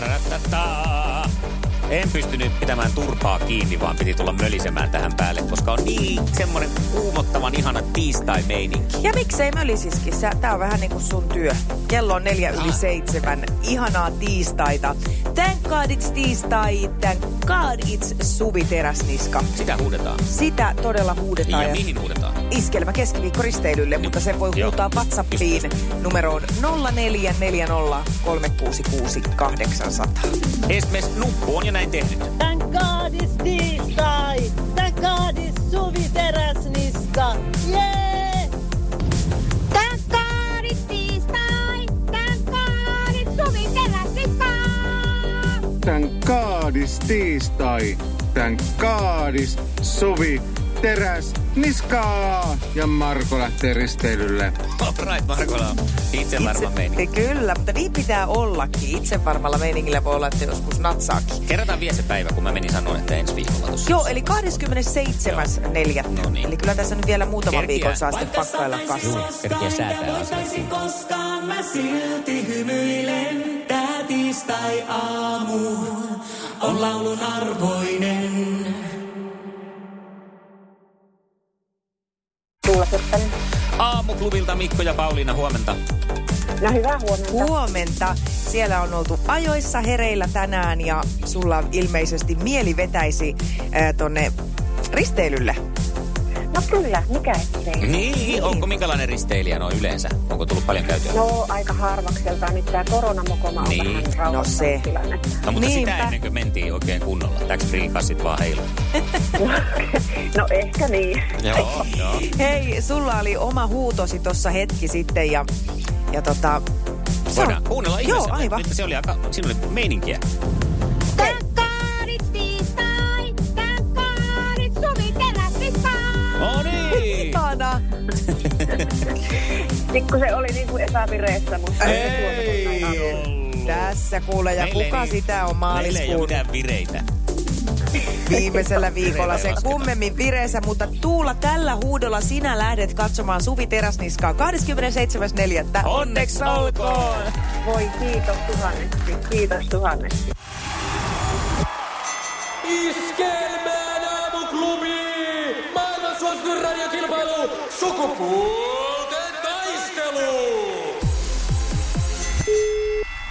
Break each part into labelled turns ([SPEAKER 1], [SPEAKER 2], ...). [SPEAKER 1] Tararatataa. En pystynyt pitämään turpaa kiinni, vaan piti tulla mölisemään tähän päälle, koska on niin semmoinen kuumottavan ihana tiistai-meininki.
[SPEAKER 2] Ja miksei mölisiski? Sä, tää on vähän niinku sun työ. Kello on neljä yli
[SPEAKER 1] Ah.
[SPEAKER 2] seitsemän. Ihanaa tiistaita. Thank God it's tiistai, thank God it's Suvi Teräsniska.
[SPEAKER 1] Sitä huudetaan.
[SPEAKER 2] Sitä todella huudetaan.
[SPEAKER 1] Ja mihin huudetaan?
[SPEAKER 2] Iskelmä keskiviikkoristeilylle, mutta sen voi
[SPEAKER 1] Joo.
[SPEAKER 2] huutaa WhatsAppiin
[SPEAKER 1] Just,
[SPEAKER 2] numeroon 0440 366 800.
[SPEAKER 1] Esimerkiksi nuppu on jo näin tehnyt.
[SPEAKER 3] Thank God it's tiistai! Thank God it's Suvi Teräsniska! Jee!
[SPEAKER 4] Tän kaarit tiistai, tän kaarit suvi teräsniska.
[SPEAKER 5] Tän kaadis tiistai. Tän kaadis Suvi Teräs Niskaa. Ja Marko lähtee risteilylle.
[SPEAKER 1] All right, Markola. Itse varma meininki.
[SPEAKER 2] Itse, kyllä, mutta niin pitää ollakin. Itse varmalla meiningillä voi olla, että joskus natsaakin.
[SPEAKER 1] Kerrotaan vielä se päivä, kun mä menin sanoa, että ensi viikolla tuossa.
[SPEAKER 2] Joo, eli 27.4.
[SPEAKER 1] No niin.
[SPEAKER 2] Eli kyllä tässä nyt vielä muutaman
[SPEAKER 1] Kerkiä.
[SPEAKER 2] viikon saa sitten pakkailla kanssa.
[SPEAKER 1] Kerkiä säätää asiaa.
[SPEAKER 6] koskaan mä silti hymyilen. Tää tiistai aamu on laulun arvoinen.
[SPEAKER 1] Aamuklubilta Mikko ja Pauliina, huomenta.
[SPEAKER 7] No hyvää huomenta.
[SPEAKER 2] Huomenta. Siellä on oltu ajoissa hereillä tänään ja sulla ilmeisesti mieli vetäisi äh, tonne risteilylle.
[SPEAKER 7] No kyllä, mikä ettei.
[SPEAKER 1] Niin, onko minkälainen risteilijä noin yleensä? Onko tullut paljon käytyä?
[SPEAKER 7] No aika harvakseltaan nyt tämä koronamokoma on
[SPEAKER 1] Niin,
[SPEAKER 7] vähän
[SPEAKER 1] no
[SPEAKER 7] rauhoittanut
[SPEAKER 2] se.
[SPEAKER 7] tilannetta.
[SPEAKER 1] No mutta
[SPEAKER 2] Niinpä.
[SPEAKER 1] sitä ennen kuin mentiin oikein kunnolla. Tax free kassit vaan heilu.
[SPEAKER 7] No ehkä niin.
[SPEAKER 1] Joo, joo.
[SPEAKER 2] Hei, sulla oli oma huutosi tuossa hetki sitten ja, ja tota... se on-
[SPEAKER 1] Voidaan kuunnella
[SPEAKER 2] Joo,
[SPEAKER 1] ihmeessä.
[SPEAKER 2] aivan.
[SPEAKER 1] Nyt se oli aika, siinä oli meininkiä.
[SPEAKER 4] Tän kaarit tiistai, tän kaarit suvi teräsniska.
[SPEAKER 1] No niin!
[SPEAKER 2] Ihana.
[SPEAKER 7] Pikku se oli niin kuin epävireessä, mutta...
[SPEAKER 1] Ei
[SPEAKER 2] Tässä kuule, ja
[SPEAKER 1] Meillä ei
[SPEAKER 2] kuka
[SPEAKER 1] niin- Meillä ei
[SPEAKER 2] sitä on
[SPEAKER 1] ole
[SPEAKER 2] maaliskuun
[SPEAKER 1] mitään vireitä.
[SPEAKER 2] viimeisellä viikolla
[SPEAKER 1] Vireitä ei
[SPEAKER 2] sen
[SPEAKER 1] lasketa.
[SPEAKER 2] kummemmin vireessä, mutta Tuula, tällä huudolla sinä lähdet katsomaan Suvi Teräsniskaa 27.4.
[SPEAKER 1] Onneksi olkoon!
[SPEAKER 7] Voi kiitos tuhannesti, kiitos tuhannesti.
[SPEAKER 6] Iskelmään aamuklubi! Maailman suosituin radiokilpailu! Sukupuolten taistelu!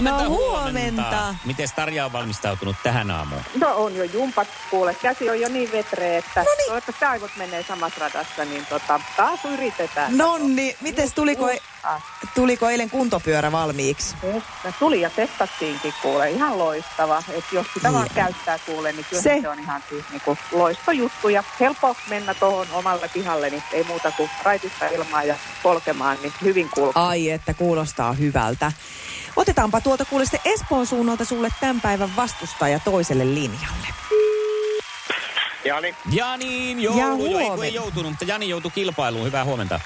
[SPEAKER 2] No, huomenta.
[SPEAKER 1] Miten Tarja on valmistautunut tähän aamuun?
[SPEAKER 7] No on jo jumpat kuule, käsi on jo niin vetreä,
[SPEAKER 1] No
[SPEAKER 7] että toivottavasti aivot menee samassa radassa, niin tota, taas yritetään.
[SPEAKER 2] Nonni, mites tuliko, e-
[SPEAKER 7] Ah,
[SPEAKER 2] tuliko eilen kuntopyörä valmiiksi?
[SPEAKER 7] No tuli ja testattiinkin kuule, ihan loistava. Et jos sitä
[SPEAKER 1] Niin.
[SPEAKER 7] vaan käyttää kuule, niin kyllä
[SPEAKER 2] Se.
[SPEAKER 7] se, se on ihan siis niinku loistojuttu. Ja helppo mennä tuohon omalla pihalle, niin ei muuta kuin raitista ilmaa ja polkemaan, niin hyvin kulkee.
[SPEAKER 2] Ai, että kuulostaa hyvältä. Otetaanpa tuolta kuule sitten Espoon suunnalta sulle tämän päivän vastustaja toiselle linjalle.
[SPEAKER 8] Jani,
[SPEAKER 1] Janin joulu,
[SPEAKER 2] Ja
[SPEAKER 1] joo, ei, kun ei
[SPEAKER 2] huomenta.
[SPEAKER 1] joutunut, mutta Jani joutui kilpailuun. Hyvää huomenta.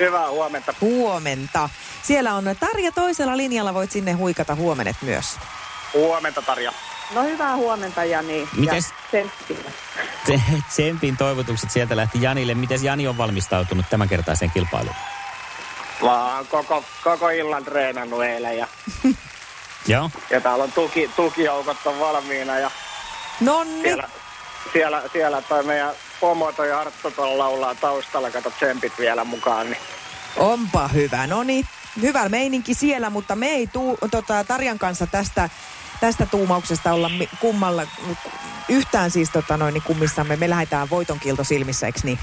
[SPEAKER 8] hyvää huomenta.
[SPEAKER 2] Huomenta. Siellä on Tarja toisella linjalla, voit sinne huikata huomenet myös.
[SPEAKER 8] Huomenta, Tarja.
[SPEAKER 7] No hyvää huomenta Jani.
[SPEAKER 1] Mites?
[SPEAKER 7] Ja tsemppiä.
[SPEAKER 1] Tse- Tsempin toivotukset sieltä lähti Janille. Miten Jani on valmistautunut tämänkertaiseen kilpailuun?
[SPEAKER 8] Mä oon koko, koko illan treenannut eilen ja,
[SPEAKER 1] Joo.
[SPEAKER 8] ja täällä on tuki, tukijoukot on valmiina ja
[SPEAKER 2] No niin.
[SPEAKER 8] siellä, siellä, siellä toi meidän pomo toi Arttu tuolla laulaa taustalla, kato tsempit vielä mukaan, niin
[SPEAKER 2] Onpa hyvä. No niin, hyvä meininki siellä, mutta me ei tuu, tota, Tarjan kanssa tästä, tästä tuumauksesta olla mi- kummalla yhtään siis tota, noin, niin kummissamme. Me lähdetään voitonkilto silmissä, eikö niin?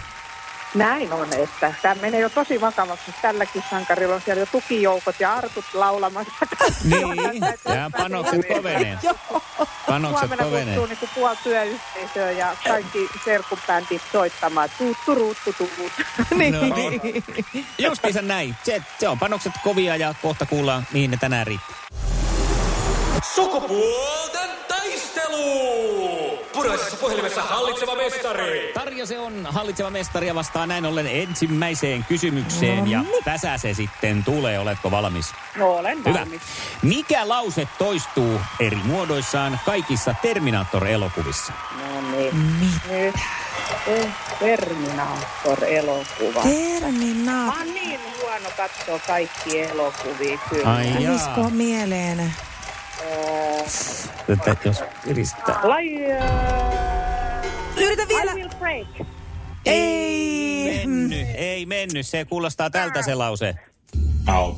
[SPEAKER 7] Näin on, että tämä menee jo tosi vakavaksi. Tälläkin sankarilla on siellä jo tukijoukot ja artut laulamassa.
[SPEAKER 1] Niin, ja panokset kovenee. Panokset
[SPEAKER 7] Huomenna
[SPEAKER 1] kovenee.
[SPEAKER 7] kutsuu niinku puoli työyhteisöä ja kaikki serkupäntit soittamaan. Tuut, turut, tutut.
[SPEAKER 2] niin.
[SPEAKER 1] No, Justiinsa näin. Se, se on panokset kovia ja kohta kuullaan, mihin ne tänään riittää.
[SPEAKER 6] Sukupuolten taistelu! Puraisessa puhelimessa hallitseva mestari!
[SPEAKER 1] Tarja se on hallitseva mestari ja vastaa näin ollen ensimmäiseen kysymykseen. Ja tässä se sitten tulee. Oletko valmis?
[SPEAKER 7] No olen
[SPEAKER 1] Hyvä.
[SPEAKER 7] valmis.
[SPEAKER 1] Mikä lause toistuu eri muodoissaan kaikissa Terminator-elokuvissa?
[SPEAKER 7] No niin. Nyt. Eh,
[SPEAKER 8] Ah.
[SPEAKER 7] Terminaattor-elokuva. Mä
[SPEAKER 2] Terminaat.
[SPEAKER 7] oon niin huono katsoa kaikki elokuvia kyllä.
[SPEAKER 1] Ai
[SPEAKER 2] Tulisiko
[SPEAKER 1] Ah. jaa.
[SPEAKER 2] mieleen?
[SPEAKER 1] Tätä jos kiristää.
[SPEAKER 7] Lai,
[SPEAKER 2] Yritä vielä.
[SPEAKER 7] I will break.
[SPEAKER 2] Ei.
[SPEAKER 1] Mennyt. Ei mennyt. Se kuulostaa tältä se lause.
[SPEAKER 2] I'll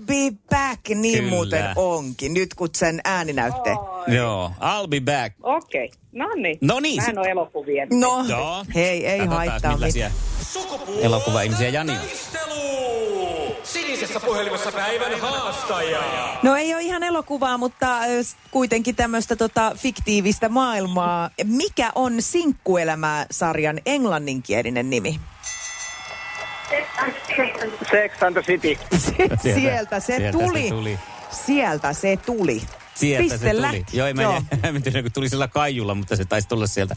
[SPEAKER 2] be back. Niin
[SPEAKER 1] Kyllä.
[SPEAKER 2] muuten onkin. Nyt kun sen ääninäytteen.
[SPEAKER 1] Oh. Joo. I'll be back.
[SPEAKER 7] Okei, no niin.
[SPEAKER 1] No niin,
[SPEAKER 7] Mä en oo elokuvien.
[SPEAKER 2] No,
[SPEAKER 1] Joo.
[SPEAKER 2] hei, ei
[SPEAKER 1] Katsotaan,
[SPEAKER 2] haittaa
[SPEAKER 1] millaisia
[SPEAKER 2] mitään.
[SPEAKER 6] Sukupuolten
[SPEAKER 1] Elokuvaihmisiä Jani on.
[SPEAKER 6] taistelu! Sinisessä puhelimessa päivän haastaja!
[SPEAKER 2] No ei ole ihan elokuvaa, mutta ö, s- kuitenkin tämmöistä tota, fiktiivistä maailmaa. Mikä on Sinkkuelämää-sarjan englanninkielinen nimi?
[SPEAKER 8] Sex and the City.
[SPEAKER 2] Sieltä, sieltä, se,
[SPEAKER 1] sieltä se
[SPEAKER 2] tuli.
[SPEAKER 1] tuli.
[SPEAKER 2] Sieltä se tuli.
[SPEAKER 1] Sieltä se
[SPEAKER 2] Pistellä.
[SPEAKER 1] tuli. Joo, ei mä en hämmentynyt, kun tuli sillä kaijulla, mutta se taisi tulla sieltä.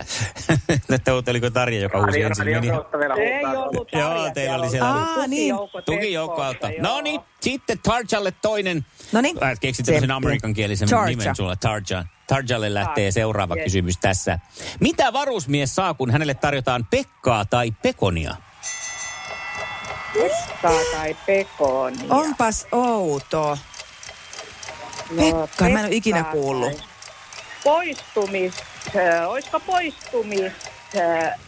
[SPEAKER 1] että oliko Tarja, joka huusi
[SPEAKER 8] Radio,
[SPEAKER 1] ensin. niin
[SPEAKER 8] radio
[SPEAKER 1] Meni.
[SPEAKER 8] kautta vielä
[SPEAKER 7] Ei
[SPEAKER 8] huutaa.
[SPEAKER 7] ollut
[SPEAKER 1] Joo,
[SPEAKER 7] tarja,
[SPEAKER 1] teillä oli siellä-
[SPEAKER 2] Aa, niin.
[SPEAKER 1] Tukijoukko auttaa. No niin, sitten Tarjalle toinen.
[SPEAKER 2] Noniin.
[SPEAKER 1] Äh, keksit tämmöisen
[SPEAKER 2] Tsemppi.
[SPEAKER 1] amerikankielisen
[SPEAKER 2] No niin. Tarja.
[SPEAKER 1] nimen sulla, Tarja. Tarjalle lähtee
[SPEAKER 7] Tarja,
[SPEAKER 1] seuraava
[SPEAKER 7] yes.
[SPEAKER 1] kysymys tässä. Mitä varusmies saa, kun hänelle tarjotaan pekkaa tai pekonia?
[SPEAKER 7] Pekkaa tai niin pekonia.
[SPEAKER 2] Onpas outo. Pekka, mä en oo ikinä kuullut.
[SPEAKER 7] tai- Poistumis, äh, oisko poistumis äh,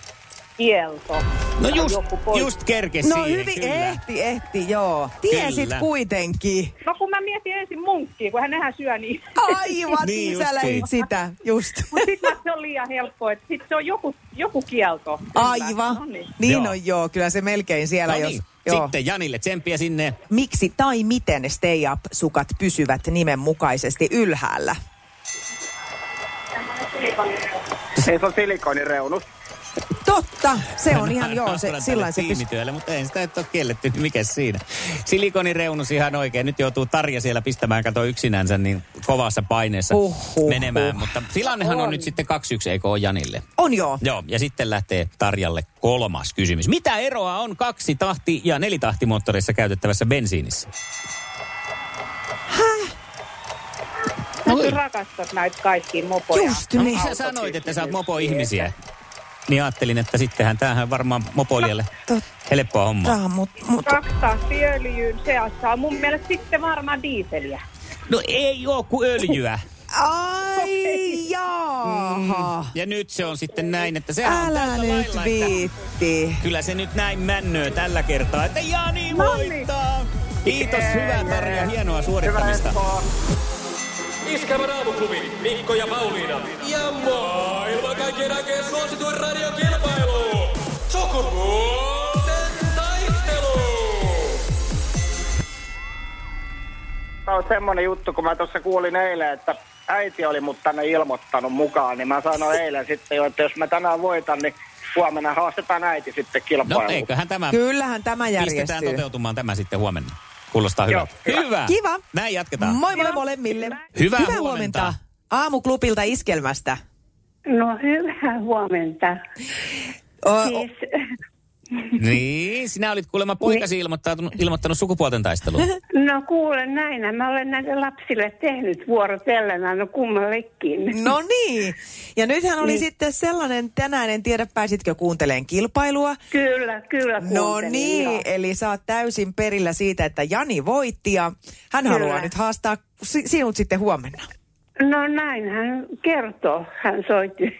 [SPEAKER 7] kielto?
[SPEAKER 1] No
[SPEAKER 7] Tai
[SPEAKER 1] just,
[SPEAKER 7] joku pois-
[SPEAKER 1] just kerkes
[SPEAKER 2] No
[SPEAKER 1] siihen,
[SPEAKER 2] hyvin,
[SPEAKER 1] kyllä.
[SPEAKER 2] ehti, ehti, joo. Tiesit
[SPEAKER 1] Kyllä.
[SPEAKER 2] kuitenkin.
[SPEAKER 7] No kun mä mietin ensin munkkiin, kun hän syö niin.
[SPEAKER 2] Aivan,
[SPEAKER 1] Niin
[SPEAKER 2] niin sä
[SPEAKER 1] justiin.
[SPEAKER 2] lähit sitä, just.
[SPEAKER 7] Mutta sitten se on liian helppoa, että sit se on joku, joku kielto. Kyllä. No
[SPEAKER 2] Aivan.
[SPEAKER 7] niin.
[SPEAKER 2] Niin
[SPEAKER 1] Joo.
[SPEAKER 2] on joo, kyllä se melkein siellä,
[SPEAKER 1] No
[SPEAKER 2] jos...
[SPEAKER 1] niin,
[SPEAKER 2] Joo.
[SPEAKER 1] sitten Janille tsemppiä sinne.
[SPEAKER 2] Miksi tai miten Stay Up-sukat pysyvät nimenmukaisesti ylhäällä?
[SPEAKER 8] Ei se on silikonireunus.
[SPEAKER 2] Totta, se on ihan joo, se,
[SPEAKER 1] Nauran
[SPEAKER 2] silloin se
[SPEAKER 1] tälle
[SPEAKER 2] pysyy.
[SPEAKER 1] tiimityölle, mutta ei sitä nyt ole kielletty, niin mikä siinä. Silikonireunus ihan oikein. Nyt joutuu Tarja siellä pistämään, kato yksinänsä, niin kovassa paineessa
[SPEAKER 2] Huhhuh.
[SPEAKER 1] menemään. Mutta tilannehan on, nyt sitten 2-1, eikö ole Janille?
[SPEAKER 2] On joo.
[SPEAKER 1] Joo, ja sitten lähtee Tarjalle kolmas kysymys. Mitä eroa on kaksi tahti- ja nelitahtimoottorissa käytettävässä bensiinissä?
[SPEAKER 7] Mä
[SPEAKER 1] Oi.
[SPEAKER 7] kyllä rakastat näitä kaikkia mopoja.
[SPEAKER 2] No niin. Just
[SPEAKER 1] No,
[SPEAKER 2] niin.
[SPEAKER 1] kun sä sanoit, että sä oot mopo-ihmisiä. Niin ajattelin, että sittenhän tämähän varmaan mopoilijalle helppoa hommaa.
[SPEAKER 2] Totta, mut, mut,
[SPEAKER 7] Kaksi tahtia öljyyn seassa on mun mielestä sitten varmaan diiseliä.
[SPEAKER 1] No ei oo kuin öljyä.
[SPEAKER 2] ai jaaha.
[SPEAKER 1] Ja nyt se on sitten näin, että sehän on
[SPEAKER 2] Älä
[SPEAKER 1] Mm. tällä
[SPEAKER 2] nyt
[SPEAKER 1] lailla, että
[SPEAKER 2] viitti.
[SPEAKER 1] kyllä se nyt näin männöö tällä kertaa, että Jani voittaa. Kiitos, hyvää Tarja, hienoa suorittamista.
[SPEAKER 6] Iskävän aamuklubi, Mikko ja Pauliina. Ja maailman kaikkien aikeen suosituen radiokilpailu. Sukupuolten taistelu!
[SPEAKER 8] Tämä on semmoinen juttu, kun mä tuossa kuulin eilen, että äiti oli mut tänne ilmoittanut mukaan, niin mä sanoin eilen sitten jo, että jos mä tänään voitan, niin huomenna haastetaan äiti sitten
[SPEAKER 1] No
[SPEAKER 8] kilpailuun.
[SPEAKER 1] eiköhän tämä,
[SPEAKER 2] Kyllähän tämä
[SPEAKER 1] pistetään tuota
[SPEAKER 2] järjestyy.
[SPEAKER 1] toteutumaan tämä sitten huomenna. Kuulostaa hyvältä.
[SPEAKER 8] Joo,
[SPEAKER 1] Hyvä.
[SPEAKER 2] Kiva.
[SPEAKER 1] Äh, Näin jatketaan.
[SPEAKER 2] Moi moi molemmille.
[SPEAKER 1] Hyvää
[SPEAKER 2] Hyvää
[SPEAKER 1] huomenta.
[SPEAKER 2] huomenta. Aamuklubilta iskelmästä.
[SPEAKER 9] No hyvää huomenta.
[SPEAKER 2] O, o,
[SPEAKER 9] Siis,
[SPEAKER 1] Niin, sinä olit kuulemma poikasi ilmoittanut, ilmoittanut sukupuolten taisteluun.
[SPEAKER 9] No kuule näin, mä olen näille lapsille tehnyt vuorotellen aina kummallekin.
[SPEAKER 2] No niin. Ja nythän oli
[SPEAKER 9] Niin.
[SPEAKER 2] sitten sellainen tänään, en tiedä pääsitkö kuunteleen kilpailua.
[SPEAKER 9] Kyllä, kyllä
[SPEAKER 2] No
[SPEAKER 9] kuuntelin, joo.
[SPEAKER 2] niin, eli sä oot täysin perillä siitä, että Jani voitti ja hän
[SPEAKER 9] Kyllä.
[SPEAKER 2] haluaa nyt haastaa si- sinut sitten huomenna.
[SPEAKER 9] No näin hän kertoo, hän soitti.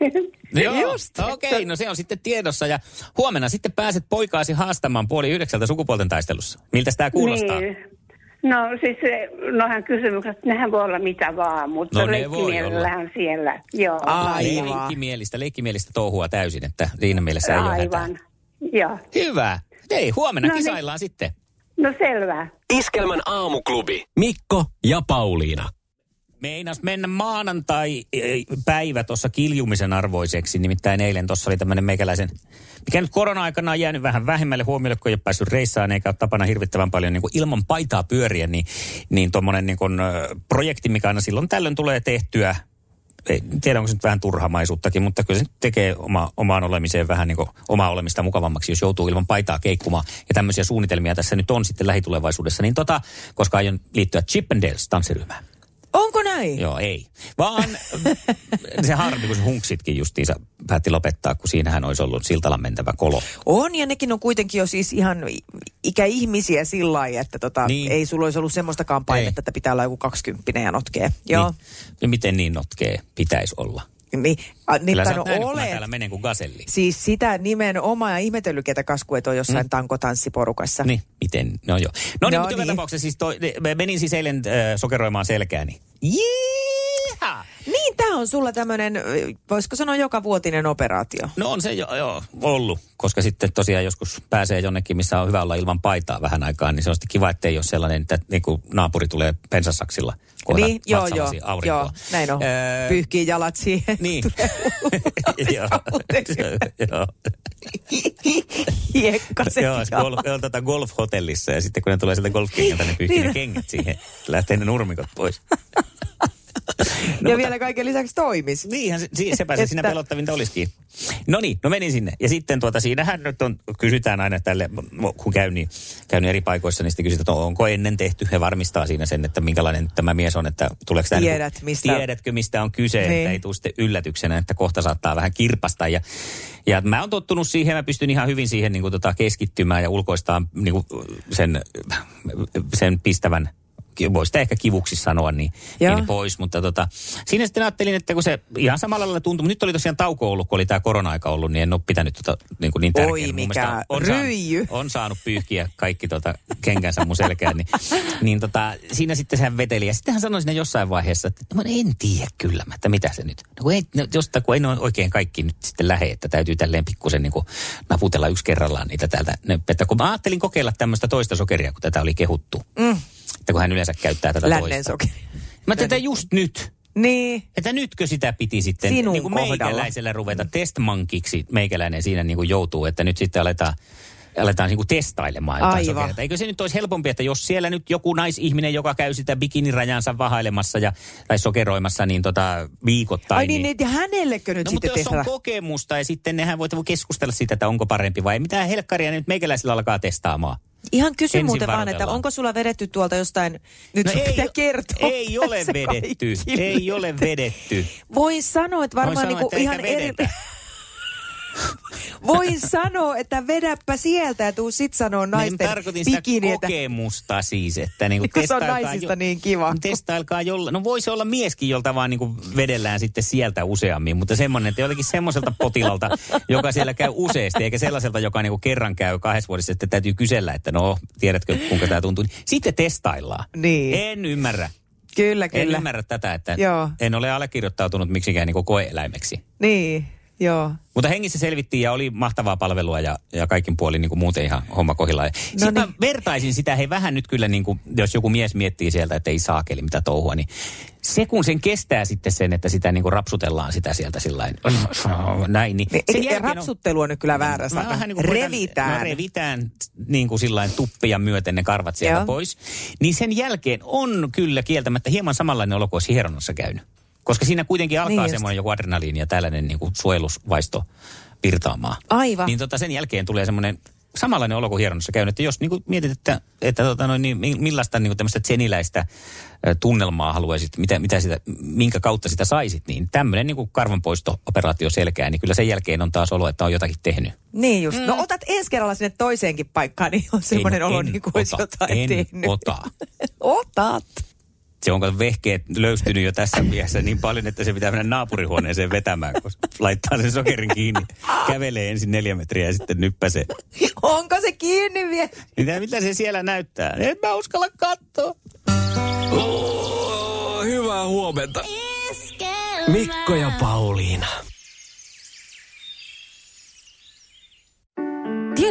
[SPEAKER 1] Just. Okei, okay, no se on sitten tiedossa. Ja huomenna sitten pääset poikaasi haastamaan puoli yhdeksältä sukupuolten taistelussa. Miltä tämä kuulostaa?
[SPEAKER 9] Niin. No siis eh, nohan kysymykset, nehän voi olla mitä vaan, mutta
[SPEAKER 1] No,
[SPEAKER 9] no,
[SPEAKER 1] ne voi
[SPEAKER 9] leikkimielellähän siellä. Joo,
[SPEAKER 1] Leikkimielistä, leikkimielistä touhua täysin, että siinä mielessä ei ole hätää.
[SPEAKER 9] Aivan. Joo.
[SPEAKER 1] Hyvä. Ei, huomenna
[SPEAKER 9] No
[SPEAKER 1] no,
[SPEAKER 9] niin.
[SPEAKER 1] kisaillaan niin. sitten.
[SPEAKER 9] No selvä.
[SPEAKER 10] Iskelmän aamuklubi.
[SPEAKER 1] Mikko ja Pauliina. Meinas mennä maanantai-päivä tuossa kiljumisen arvoiseksi. Nimittäin eilen tuossa oli tämmöinen meikäläisen, mikä nyt korona-aikana on jäänyt vähän vähemmälle huomiolle, kun ei ole päässyt reissaan, eikä ole tapana hirvittävän paljon niin kuin ilman paitaa pyöriä, niin, niin tuommoinen niin kuin, ö, projekti, mikä aina silloin tällöin tulee tehtyä, ei tiedä, onko se nyt vähän turhamaisuuttakin, mutta kyllä se nyt tekee oma, omaan olemiseen vähän niin kuin omaa olemista mukavammaksi, jos joutuu ilman paitaa keikkumaan. Ja tämmöisiä suunnitelmia tässä nyt on sitten lähitulevaisuudessa, niin tota, koska aion liittyä Chippendales-tanssiryhmään.
[SPEAKER 2] Onko näin?
[SPEAKER 1] Joo, ei. Vaan se harmi, kun se hunksitkin justiinsa päätti lopettaa, kun siinähän olisi ollut siltalan mentävä kolo.
[SPEAKER 2] On, ja nekin on kuitenkin jo siis ihan i- ikäihmisiä sillä lailla, että tota,
[SPEAKER 1] Niin.
[SPEAKER 2] niin. ei sulla olisi ollut semmoistakaan painetta, että pitää olla joku kaksikymppinen ja notkee. Joo.
[SPEAKER 1] Niin, ja miten niin notkee pitäisi olla?
[SPEAKER 2] Niin. Niin, a, niin
[SPEAKER 1] Kyllä sä
[SPEAKER 2] no,
[SPEAKER 1] oot nähnyt, kun mä
[SPEAKER 2] olet.
[SPEAKER 1] täällä menen kuin gaselli.
[SPEAKER 2] Siis sitä nimenomaan ja ihmetellyt, ketä kaskuet on jossain mm. tankotanssiporukassa.
[SPEAKER 1] Niin, miten? No joo. No, niin,
[SPEAKER 2] No
[SPEAKER 1] mutta joka
[SPEAKER 2] niin.
[SPEAKER 1] tapauksessa siis toi, mä menin siis eilen äh, sokeroimaan selkääni. Jiiha!
[SPEAKER 2] Niin, tämä on sulla tämmöinen, voisiko sanoa joka vuotinen operaatio.
[SPEAKER 1] No on se jo, joo, ollut, koska sitten tosiaan joskus pääsee jonnekin, missä on hyvä olla ilman paitaa vähän aikaa, niin se on sitten kiva, ettei ole sellainen, että niin kuin naapuri tulee pensasaksilla kohdat
[SPEAKER 2] niin, joo, joo,
[SPEAKER 1] vatsallasi aurinkoa.
[SPEAKER 2] joo, näin on.
[SPEAKER 1] Öö,
[SPEAKER 2] Öö... Pyyhkii jalat siihen.
[SPEAKER 1] Niin. joo, joo.
[SPEAKER 2] Hiekkaset
[SPEAKER 1] Joo, se golf, joo, tota golf-hotellissa ja sitten kun ne tulee sieltä golfkengältä, ne pyyhkii ne
[SPEAKER 2] Niin.
[SPEAKER 1] kengät siihen. Lähtee ne nurmikot pois.
[SPEAKER 2] ja vielä kaiken lisäksi toimis.
[SPEAKER 1] siis Niinhän se, si- sepä se siinä pelottavinta olisikin. No niin, no menin sinne. Ja sitten tuota, siinähän nyt on, kysytään aina tälle, mo- kun käyn, niin, käyn eri paikoissa, niin sitten kysytään, että onko ennen tehty. He varmistaa siinä sen, että minkälainen tämä mies on, että tuleeko tämä...
[SPEAKER 2] Tiedät,
[SPEAKER 1] niin,
[SPEAKER 2] mistä-
[SPEAKER 1] Tiedätkö, mistä on kyse, niin.
[SPEAKER 2] Niin.
[SPEAKER 1] että ei tule sitten yllätyksenä, että kohta saattaa vähän kirpasta. Ja, ja mä oon tottunut siihen, mä pystyn ihan hyvin siihen niin kuin, tota, keskittymään ja ulkoistaan niin kuin, sen, sen pistävän voi sitä ehkä kivuksi sanoa, niin,
[SPEAKER 2] Joo.
[SPEAKER 1] niin pois. Mutta tota, siinä sitten ajattelin, että kun se ihan samalla lailla tuntui, mutta nyt oli tosiaan tauko ollut, kun oli tämä korona-aika ollut, niin en ole pitänyt tota, niin, kuin niin tärkeänä.
[SPEAKER 2] Oi,
[SPEAKER 1] Mun
[SPEAKER 2] mikä
[SPEAKER 1] mielestä on, saanut-
[SPEAKER 2] ryijy.
[SPEAKER 1] on saanut pyyhkiä kaikki tota kenkänsä mun selkään. Niin, niin tota, siinä sitten sehän veteli. Ja sitten hän sanoi siinä jossain vaiheessa, että mä en tiedä kyllä, mä, että mitä se nyt. No, kun ei, no, jostain, kun ei ne oikein kaikki nyt sitten lähe, että täytyy tälleen pikkusen niin kuin naputella yksi kerrallaan niitä täältä. Ne- Että kun mä ajattelin kokeilla tämmöistä toista sokeria, kun tätä oli kehuttu.
[SPEAKER 2] Mm.
[SPEAKER 1] Että kun hän yleensä käyttää tätä
[SPEAKER 2] Lännen
[SPEAKER 1] toista.
[SPEAKER 2] sokeri.
[SPEAKER 1] Mä ajattelin, että just nyt.
[SPEAKER 2] Niin.
[SPEAKER 1] Että nytkö sitä piti sitten
[SPEAKER 2] Sinun
[SPEAKER 1] niin kuin
[SPEAKER 2] kohdalla.
[SPEAKER 1] meikäläisellä ruveta testmankiksi, meikäläinen siinä niin kuin joutuu, että nyt sitten aletaan, aletaan niin kuin testailemaan jotain
[SPEAKER 2] Aivan.
[SPEAKER 1] sokereita. Eikö se nyt olisi helpompi, että jos siellä nyt joku naisihminen, joka käy sitä bikinirajansa vahailemassa ja, tai sokeroimassa niin tota, viikoittain.
[SPEAKER 2] Ai niin, niin, ja hänellekö nyt
[SPEAKER 1] No mutta
[SPEAKER 2] sitten
[SPEAKER 1] jos on
[SPEAKER 2] tehdään?
[SPEAKER 1] kokemusta ja sitten nehän voi keskustella siitä, että onko parempi vai ei. Mitä helkkaria ne nyt meikäläisillä alkaa testaamaan?
[SPEAKER 2] Ihan kysy
[SPEAKER 1] Ensin
[SPEAKER 2] muuten vaan, että
[SPEAKER 1] varoitellaan.
[SPEAKER 2] onko sulla vedetty tuolta jostain, nyt no pitää kertoa.
[SPEAKER 1] Ei ole
[SPEAKER 2] se
[SPEAKER 1] vedetty,
[SPEAKER 2] kaikille.
[SPEAKER 1] ei ole vedetty.
[SPEAKER 2] Voin sanoa, että varmaan
[SPEAKER 1] Voin sanoa,
[SPEAKER 2] niinku
[SPEAKER 1] että
[SPEAKER 2] ihan
[SPEAKER 1] eikä
[SPEAKER 2] eri...
[SPEAKER 1] vedetä.
[SPEAKER 2] Voin sanoa, että vedäpä sieltä ja tuu sit sanoa
[SPEAKER 1] Naisten
[SPEAKER 2] naisten
[SPEAKER 1] niin, tarkoitin sitä
[SPEAKER 2] bikini, että
[SPEAKER 1] kokemusta siis, että niinku
[SPEAKER 2] kun se on
[SPEAKER 1] testailkaa
[SPEAKER 2] naisista niin kiva.
[SPEAKER 1] Testailkaa jolla, no voisi olla mieskin, jolta vaan niinku vedellään sitten sieltä useammin, mutta semmoinen, että jollekin semmoiselta potilalta, joka siellä käy useasti, eikä sellaiselta, joka niinku kerran käy kahdessa vuodessa, että täytyy kysellä, että no, tiedätkö, kuinka tämä tuntuu. niin Sitten testaillaan.
[SPEAKER 2] Niin.
[SPEAKER 1] En ymmärrä.
[SPEAKER 2] Kyllä,
[SPEAKER 1] En
[SPEAKER 2] kyllä.
[SPEAKER 1] ymmärrä tätä, että
[SPEAKER 2] Joo.
[SPEAKER 1] en ole allekirjoittautunut miksikään niinku koeeläimeksi.
[SPEAKER 2] Niin, joo.
[SPEAKER 1] Mutta hengissä selvittiin ja oli mahtavaa palvelua ja, ja kaikin puolin niin kuin muuten ihan homma kohdillaan. No Sitten niin. mä vertaisin sitä, hei vähän nyt kyllä, niin kuin, jos joku mies miettii sieltä, että ei saakeli mitä touhua, niin se kun sen kestää sitten sen, että sitä niin kuin rapsutellaan sitä sieltä sillä lailla, näin, niin
[SPEAKER 2] Niin,
[SPEAKER 1] sen
[SPEAKER 2] ei-
[SPEAKER 1] jälkeen on-
[SPEAKER 2] rapsuttelu on nyt kyllä väärä
[SPEAKER 1] Mä
[SPEAKER 2] sana.
[SPEAKER 1] vähän niin kuin koitan- Mä
[SPEAKER 2] niinku Revitään.
[SPEAKER 1] revitään niin kuin sillain tuppia myöten ne karvat sieltä
[SPEAKER 2] Joo.
[SPEAKER 1] pois. Niin sen jälkeen on kyllä kieltämättä hieman samanlainen olo kuin olisi hieronnassa käynyt. Koska siinä kuitenkin alkaa
[SPEAKER 2] Niin
[SPEAKER 1] niin
[SPEAKER 2] just.
[SPEAKER 1] semmoinen joku adrenaliini ja tällainen niin kuin suojelusvaisto niinku virtaamaan.
[SPEAKER 2] Aivan.
[SPEAKER 1] Niin tota sen jälkeen tulee semmoinen samanlainen olo kuin hieronnassa käynyt. Että jos niin kuin mietit, että, että tota noin, niin mi- millaista niin kuin tämmöistä tseniläistä ö, tunnelmaa haluaisit, mitä, mitä sitä, minkä kautta sitä saisit, niin tämmöinen niin kuin karvanpoisto-operaatio selkään, niin kyllä sen jälkeen on taas olo, että on jotakin tehnyt.
[SPEAKER 2] Niin just. No otat ensi kerralla sinne toiseenkin paikkaan, niin on semmoinen olo,
[SPEAKER 1] en
[SPEAKER 2] niin kuin olisi
[SPEAKER 1] ota,
[SPEAKER 2] jotain
[SPEAKER 1] en
[SPEAKER 2] tehnyt.
[SPEAKER 1] ota.
[SPEAKER 2] Otat.
[SPEAKER 1] Se onko vehkeet löystynyt jo tässä mielessä niin paljon, että se pitää mennä naapurihuoneeseen vetämään, kun laittaa sen sokerin kiinni, kävelee ensin neljä metriä ja sitten nyppäsee.
[SPEAKER 2] Onko se kiinni vielä?
[SPEAKER 1] Mitä, mitä se siellä näyttää? En mä uskalla katsoa.
[SPEAKER 6] Oh, hyvää huomenta. Mikko ja Pauliina.